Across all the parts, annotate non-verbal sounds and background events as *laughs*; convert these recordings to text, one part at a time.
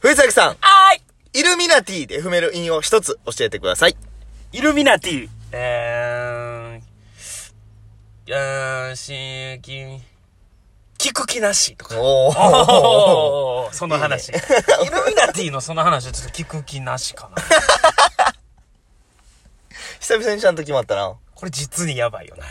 藤崎さん、はーいイルミナティで踏める韻を一つ教えてください。イルミナティえー、えー、し、き、聞く気なしとか。おー。おーその話。イルミナティのその話はちょっと聞く気なしかな。久々にちゃんと決まったな。これ実にやばいよな。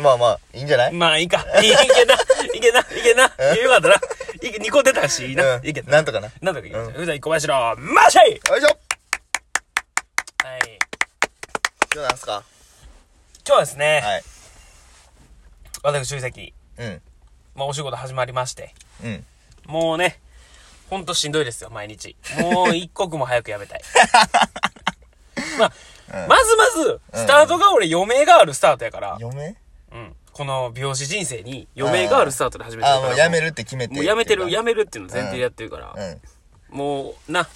まあまあ、いいんじゃない *laughs* まあいいか。いいいけな。いけな。いけな。よかったな。いけ、2個出たし、いいな。うんいけた。なんとかな。よなんだかいけました。うざい小林の、マシはい。いしょ今日なんすか今日はですね、はい。私、うざき、うん。まあお仕事始まりまして、うん。もうね、ほんとしんどいですよ、毎日。もう一刻も早く *laughs* やめたい。まあ、まずまず、スタートが俺、余命があるスタートやから、嫁うん。この美容師人生に余命があるスタートで始めてるあかー、ら。もうやめるって決めて。もうやめてる、やめめるっていうの前提でやってるから。うん。もう、な、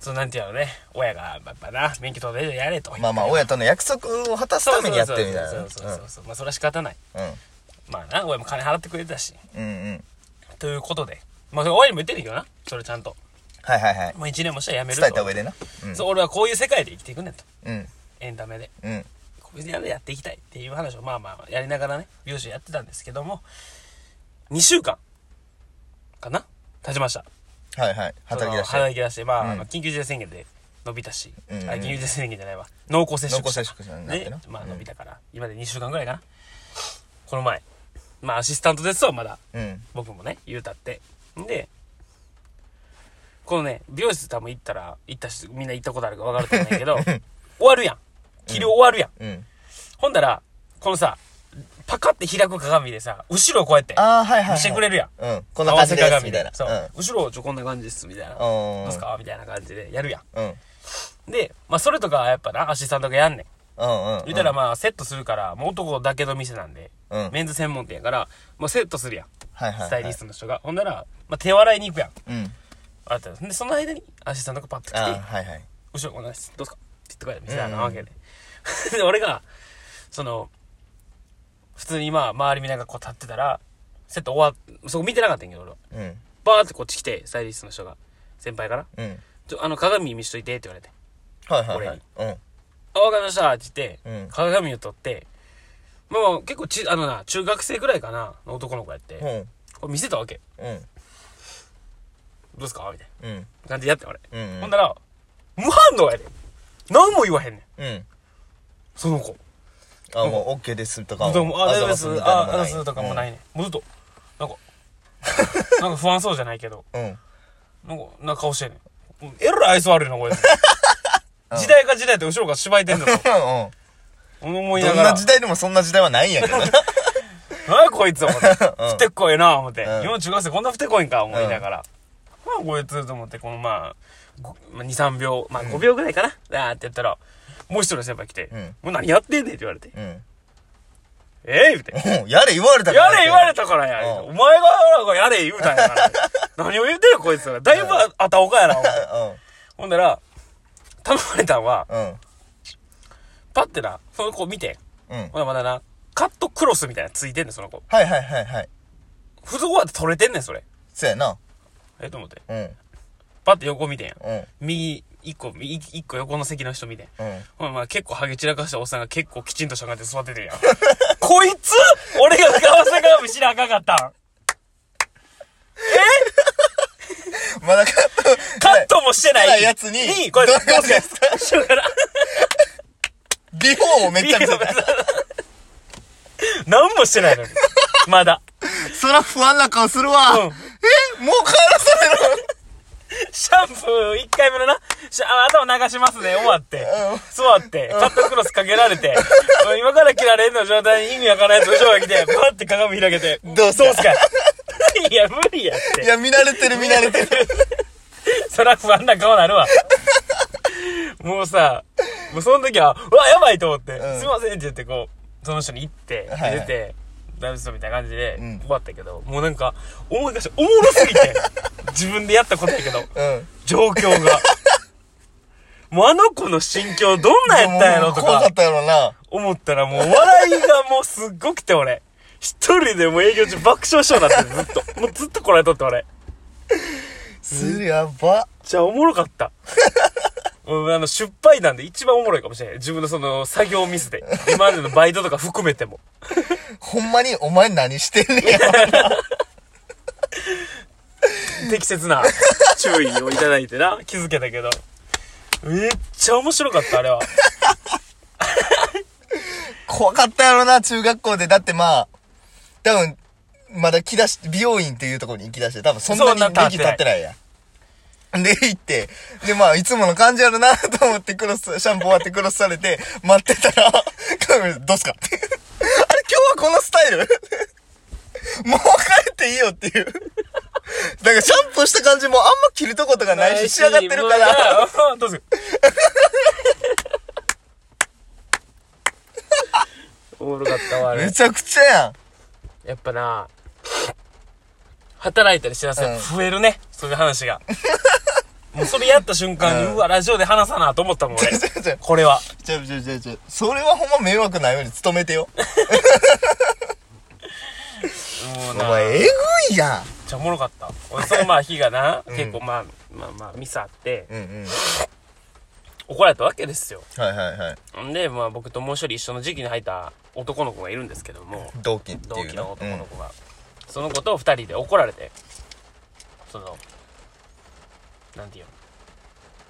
そうなんていうのね、親が、やっぱな、免許取れるやれと。まあまあ、親との約束を果たすためにやってるみたいなね。そうそうそうそうそう。まあ、それは仕方ない。まあな、親も金払ってくれてたし。うん。うんうん。ということで。まあ、それ親にも言ってるけどな。それちゃんと。はいはいはい。もう一年もしたらやめると。伝えた上でな。うん。そう、俺はこういう世界で生きていくねんと。うん。エンタメで。うん。こういうのやっていきたいっていう話を、まあまあ、やりながらね、美容師やってたんですけども、2週間、かな経ちました。はいはい。働き出しそのて。働き出して、まあ、うんあの緊急事態宣言で伸びたし、うんうんあ緊急事態宣言じゃないわ、濃厚接触者。濃厚接触者になってなねまあうん伸びたから、今で2週間ぐらいかな。この前、まあアシスタントですわ、まだ。うん。僕もね、言うたって。んで、このね、美容室多分行ったら、行った人、みんな行ったことあるか分かると思うんやけど、 *laughs* 終わるやん。治療終わるやん。うん。ほんだら、このさ、パカって開く鏡でさ、後ろをこうやって、ああ、はいはいはい。見せてくれるやん。うん。こんな感じで合わす、せ鏡みたいな。そう。う後ろ、ちょ、こんな感じです、みたいな。ん。どうすかみたいな感じでやるやうん。うん。ん。で、まあ、それとかはやっぱな、アシスタントがやんねん。うんうん。言ったらまあ、セットするから、もう男だけの店なんで、うんメンズ専門店やから、まあ、セットするやん。はいはいはいスタイリストの人が。ほんなら、まあ、手洗いに行くやん。うん。あったんですで、その間に、アシスタントがパッとあ来あ、て、はいはい。後ろこんなんです。どうすかって言ってこい店なわけで。 *laughs* で、俺が、その、普通にまあ、周り見ながらこう立ってたら、セット終わっ、そこ見てなかったんやけど、俺は。うん。バーってこっち来て、スタイリストの人が、先輩から、うん。ちょ、あの、鏡見しといてって言われて。はいはいはい。うん。あ、わかりましたって言って、うん鏡を取って、まあまあ結構ち、あのな、中学生ぐらいかな、の男の子やって、うこん。れ見せたわけ。うん。どうすかみたいうん。な感じでやってん俺。うんうんほんだら、無反応やで。何も言わへんねん。うん。その子。あ、もう、オッケーですとか。どうも、あ、大丈夫です。あ、あざますとかもないいね。もうずっと、なんか、 *laughs* なんか不安そうじゃないけど、うん。なんか、なんか顔してんねん。うんえらい愛想悪いな、これ。 *laughs* 時代が時代で後ろが芝居てんだとう思いん。どなんがら。な時代でもそんな時代はないんやけど *laughs* な。何やこいつ *laughs* 思って。ふてこいな思って。うん今の中学生こんなふてこいんか思いながら。まあこいつと思って、このまあ、ごまあ2、3秒、まあ5秒ぐらいかな。だーってやったら、もう一人の先輩来て、んもう何やってんねんって言われて。うん。ええみたいな。うんやれ言われた *laughs* やれ言われた。たからや。うんお前がやれ言うたんや *laughs* から。何を言うてるこいつら。だいぶああたおかやな。思ってほんなら、頼まれたんは、うん。うん。パッてな、その子見て。うん。ほんならまだな、カットクロスみたいなのついてんねん、その子。はいはいはいはい。普通こうやって取れてんねん、それ。そうやな。えと思って。うん。パッて横見てんや。うん。右一個、右一個横の席の人見て。うん。ほんまあ結構ハゲ散らかしたおっさんが結構きちんとしゃがんで座って *laughs* てるやん。こいつ俺が顔せ鏡しなあかんかったんまだカット、カットもしてなはいいやつにこうやって、どういどうことでうすかすか後ろから。ビフォーをめっちゃ見せた。 *laughs* 何もしてないのに。まだ。そら不安な顔するわ。うんえもう帰らされろシャンプー1回目のな、シャあ頭流しますね、終わってうん。座って、カットクロスかけられて、もう今から切られんの状態に意味わからんやつ後ろが来て、パッて鏡開けて、どうすかどうすかいや、無理やってい。や、見慣れてる見慣れてる。そら不安な顔なるわ。もうさ、もうその時は、うわ、やばいと思って、うんすいませんって言ってこう、その人に行って、はいはい出て、ダメですみたいな感じで、うん終わったけど、もうなんか、思い出して、おもろすぎ *laughs* て、自分でやったことやけど、うん。状況が。もうあの子の心境どんなんやったんやろと怖かかっ、たやろな。思ったらもう笑いがもうすっごくて俺。一人でもう営業中爆笑しそうになってずっと。もうずっとこられとって俺。するやば。じゃあおもろかった。 *laughs* うん、あの、失敗談で一番おもろいかもしれない。自分のその、作業ミスで。今までのバイトとか含めても。ほんまにお前何してんねや。適切な注意をいただいてな、気づけたけど。めっちゃ面白かった、あれは。怖かったやろな、中学校で。だってまあ、多分、まだ来だし、美容院っていうところに行き出して、多分そんなそんなに経って歴経ってないや。で、行って、で、まあ、いつもの感じやろな、と思ってクロス、シャンプー終わってクロスされて、待ってたら、彼女どうすかって。あれ、今日はこのスタイルもう帰っていいよっていう。だからシャンプーした感じもあんま着るとことかないし、仕上がってるから。。 *laughs* どうぞ。おもろかったわ、あめれ。ちゃくちゃやん。やっぱな、働いたりしてらっしゃるう増えるね、そういう *laughs* 話が。もうそれやった瞬間に、うんうわ、ラジオで話さなと思ったもん、俺。 *laughs* ちょちょこれは。ちょちょちょちょ。それはほんま迷惑ないように努めてよ。もうおな、前、えめっぐいやちゃおもろかった。俺、そのまあ日がな、結構まあ、まあまあ、ミスあってん。、うんうん。怒られたわけですよ。はいはいはい。んで、まあ僕ともう一人一緒の時期に入った男の子がいるんですけども、同期って同いう期の男うのん子が、その子と二人で怒られてそのなんていうの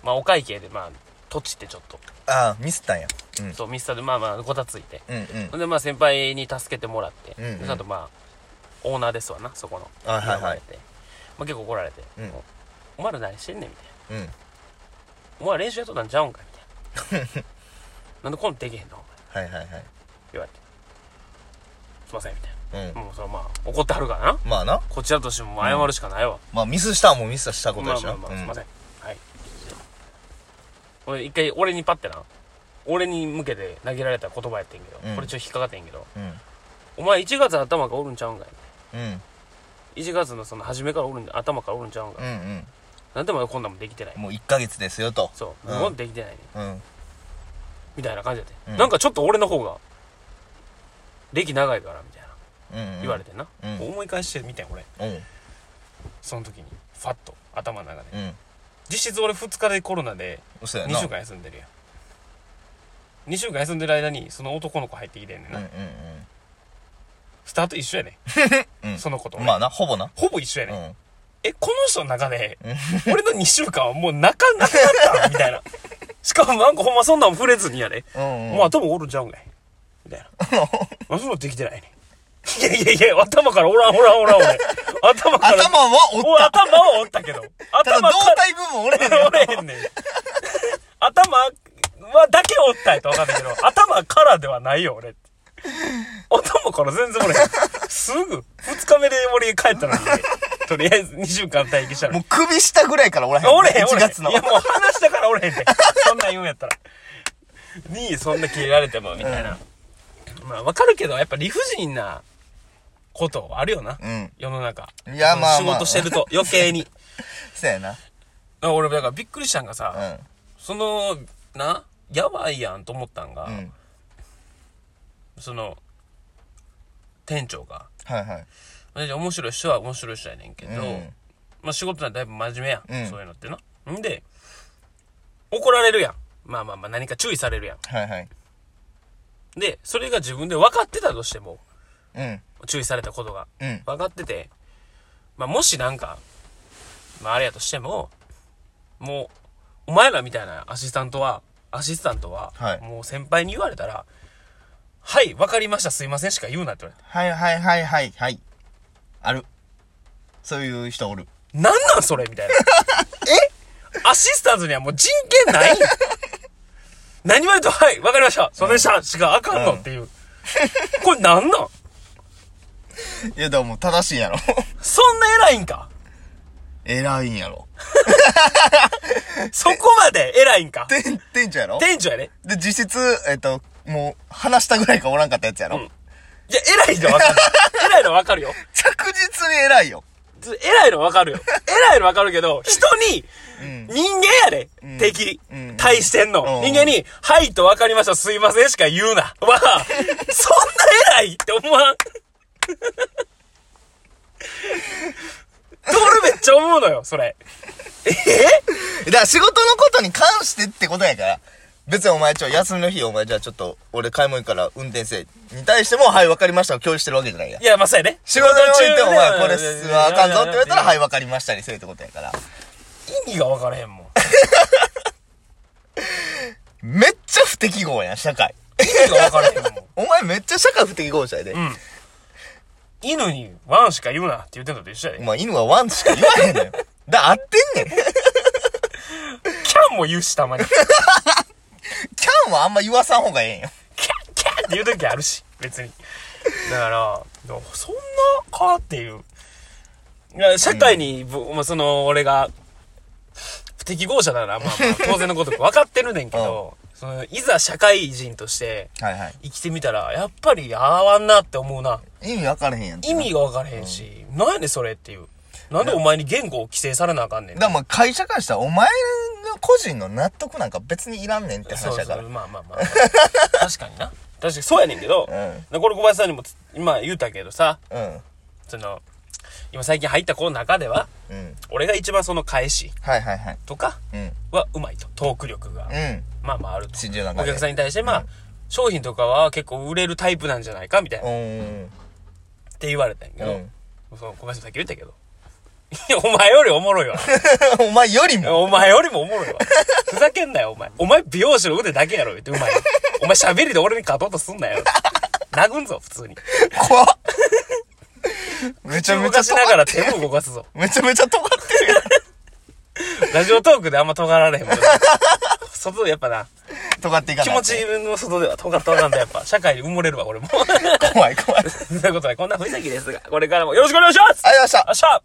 まあお会計でまあ土地ってちょっと、ああ、ミスったんや。うん。そうミスターでまあまあごたついて、うんうんほ。んでまあ先輩に助けてもらって、うんうんでその後まあオーナーですわなそこのあはいはい呼ばれてまあ、結構怒られて、うんお前ら何してんねん」みたいなうん。 「お前ら練習やっとったんちゃうんか」みたいな「なんで *laughs* こんなんできへんの?」お前はいはいはい。言われて「すいません」みたいうんな。もうそのまあ怒ってはるからなまあな。こちらとしても謝るしかないわ、まあミスしたもんミスしたことまであしまあょ。まあ、うんすいません。はい。俺、一回、俺にパッてな。俺に向けて投げられた言葉やってんけど、うんこれちょっと引っかかってんけど、お前1月頭がおるんちゃうんかいうん。うん。 1月のその初めからおるん頭からおるんちゃうんかうい、んなんでもこんなんもできてないうん。もう1ヶ月ですよと。そう、うんもうできてないねうん。みたいな感じやって、うんなんかちょっと俺の方が歴長いからみたいなうん、うん。言われてな、うん思い返してみてん俺うん。その時にファッと頭の中でうん。実質俺2日でコロナで嘘やな。 2週間休んでるやん2週間休んでる間にその男の子入ってきてんねんうな、んうんスタート一緒やね *laughs* うん。うんんその子と、まあな、ほぼな。ほぼ一緒やうねん、ん。えこの人の中で *laughs* うん俺の2週間はもう泣かなくなったみた *laughs* いなしかもなんかほんまそんなん触れずにやで、うんうん。もう頭おるんちゃうんかいみたいな *laughs* あそんなんできてないねんいやいやいや頭からおらんおらんおらん俺頭から頭はおっおた。頭はおったけどただ頭胴から体部分折れへんねんおれへんねん。頭はだけ折ったやと分かんないけど、頭からではないよ、俺。頭から全然折れへん。すぐ、二日目で俺帰ったのに、とりあえず2週間待機したのもに。う首下ぐらいから折らへん。折れへん、折1れへ月ん。の。いや、もう話したから折れへんねん。そんなん言うんやったら。に、そんな切れられても、みたいな。まあ、わかるけど、やっぱ理不尽なことあるよな。うん。世の中。いやまあ仕まあ事してると、余 *laughs* 計に。そうやな。俺、だからびっくりしたんがさ、うん。そのなやばいやんと思ったんが、うん。その店長がはいはい。で面白い人は面白い人やねんけど、うんまあ、仕事なんてだいぶ真面目やん、うんそういうのってなんで怒られるやんまあまあまあ何か注意されるやはいはい。んでそれが自分で分かってたとしてもうん。注意されたことがうん。分かってて、まあ、もしなんか、まあ、あれやとしてももうお前らみたいなアシスタントはアシスタントは、はいもう先輩に言われたら「はい分かりましたすいません」しか言うなって言われはいはいはいはいはい。ある。そういう人おる。た「なんなんそれ」み *laughs* たいなえアシスタントにはもう人権ない *laughs* 何言われても「はい分かりましたすいませんでした」しかあかんのっていう、 *laughs* これなんなんいや、でも正しいんやろ。 *laughs* そんな偉いんか *laughs* 偉いんやろ。そこまで偉いんか店、店長やろ店長やねで、実質、えっと、もう、話したぐらいかおらんかったやつやろ、んいや偉いの分かる偉いの分かるよ着実に偉いよ。偉いの分 *laughs* かるよ。偉いの分かるけど、人に、うん人間やで、ん敵うん、対してんのう。ん人間に、は *laughs* いと分かりました、すいませんしか言うな。は、そんな偉いって思わん。俺めっちゃ思うのよ、それ。だから仕事のことに関してってことやから。別にお前ちょ、休みの日お前じゃあちょっと、俺買い物行くから運転せえ。に対しても、はい、わかりましたを共有してるわけじゃないやい。や、まあ、そうやね。仕事においてお前これいやいやいやいやはあかんぞって言われたら、はいい、わかりましたにせえってことやから。や。意味が分からへんもん。めっちゃ不適合やん、社会。 *laughs* 意味が分からへんもん。お前めっちゃ社会不適合者やで。うん。犬にワンしか言うなって言ってんのと一緒やおで。前犬はワンしか言わへんのよ。 *laughs* だ、合ってんねん。キャンも言うし、たまに。キャキャンはあんま言わさん方がええんよ。ンキャンって言う時あるし、別に。だから、でもそんなかっていう。いや、社会に、ぶまあ、その、俺が、不適合者なら、まあ、まあ当然のことく分かってるねんけ *laughs* ど、その、いざ社会人として、はいはい。生きてみたら、やっぱり合わんなって思うな。意味わからへんやん。意味が分からへんし、なんやねんそれっていう。なんでお前に言語を規制されなあかんねんだ。からまあ会社からしたらお前の個人の納得なんか別にいらんねんってそ話うそだから。う、うまあまあまあ。確かにな。確かにそうやねんけど、うこれ小林さんにもつ今言うたけどさ、ん。その、今最近入った子の中では、うん。俺が一番その返しはいはいはい。とかうん。はうまいと。トーク力が。うん。まあまああると。信じる中おで客さんに対して、まあ、商品とかは結構売れるタイプなんじゃないかみたいな。うっーん。て言われたんやけど、うんその小林さんさっき言ったけど、いや、お前よりおもろいわ。 *laughs* お前よりも。お前よりもおもろいわ。ふざけんなよ、お前。お前美容師の腕だけやろ、言って、うまい。お前喋りで俺に勝とうとすんなよ。殴んぞ、普通に。怖っ。めちゃめ動ちゃかし尖ながっらて手も動かすぞ。めちゃめちゃ尖ってるやん。ラジオトークであんま尖られへんもんな。外でやっぱな、尖っていか気ない。持ちの外では尖ったなんだやっぱ、社会に埋もれるわ、俺も。 *laughs* 怖い怖い。ありがとうということで、こんな雰囲気ですが、これからもよろしくお願いしますございましたよっしゃ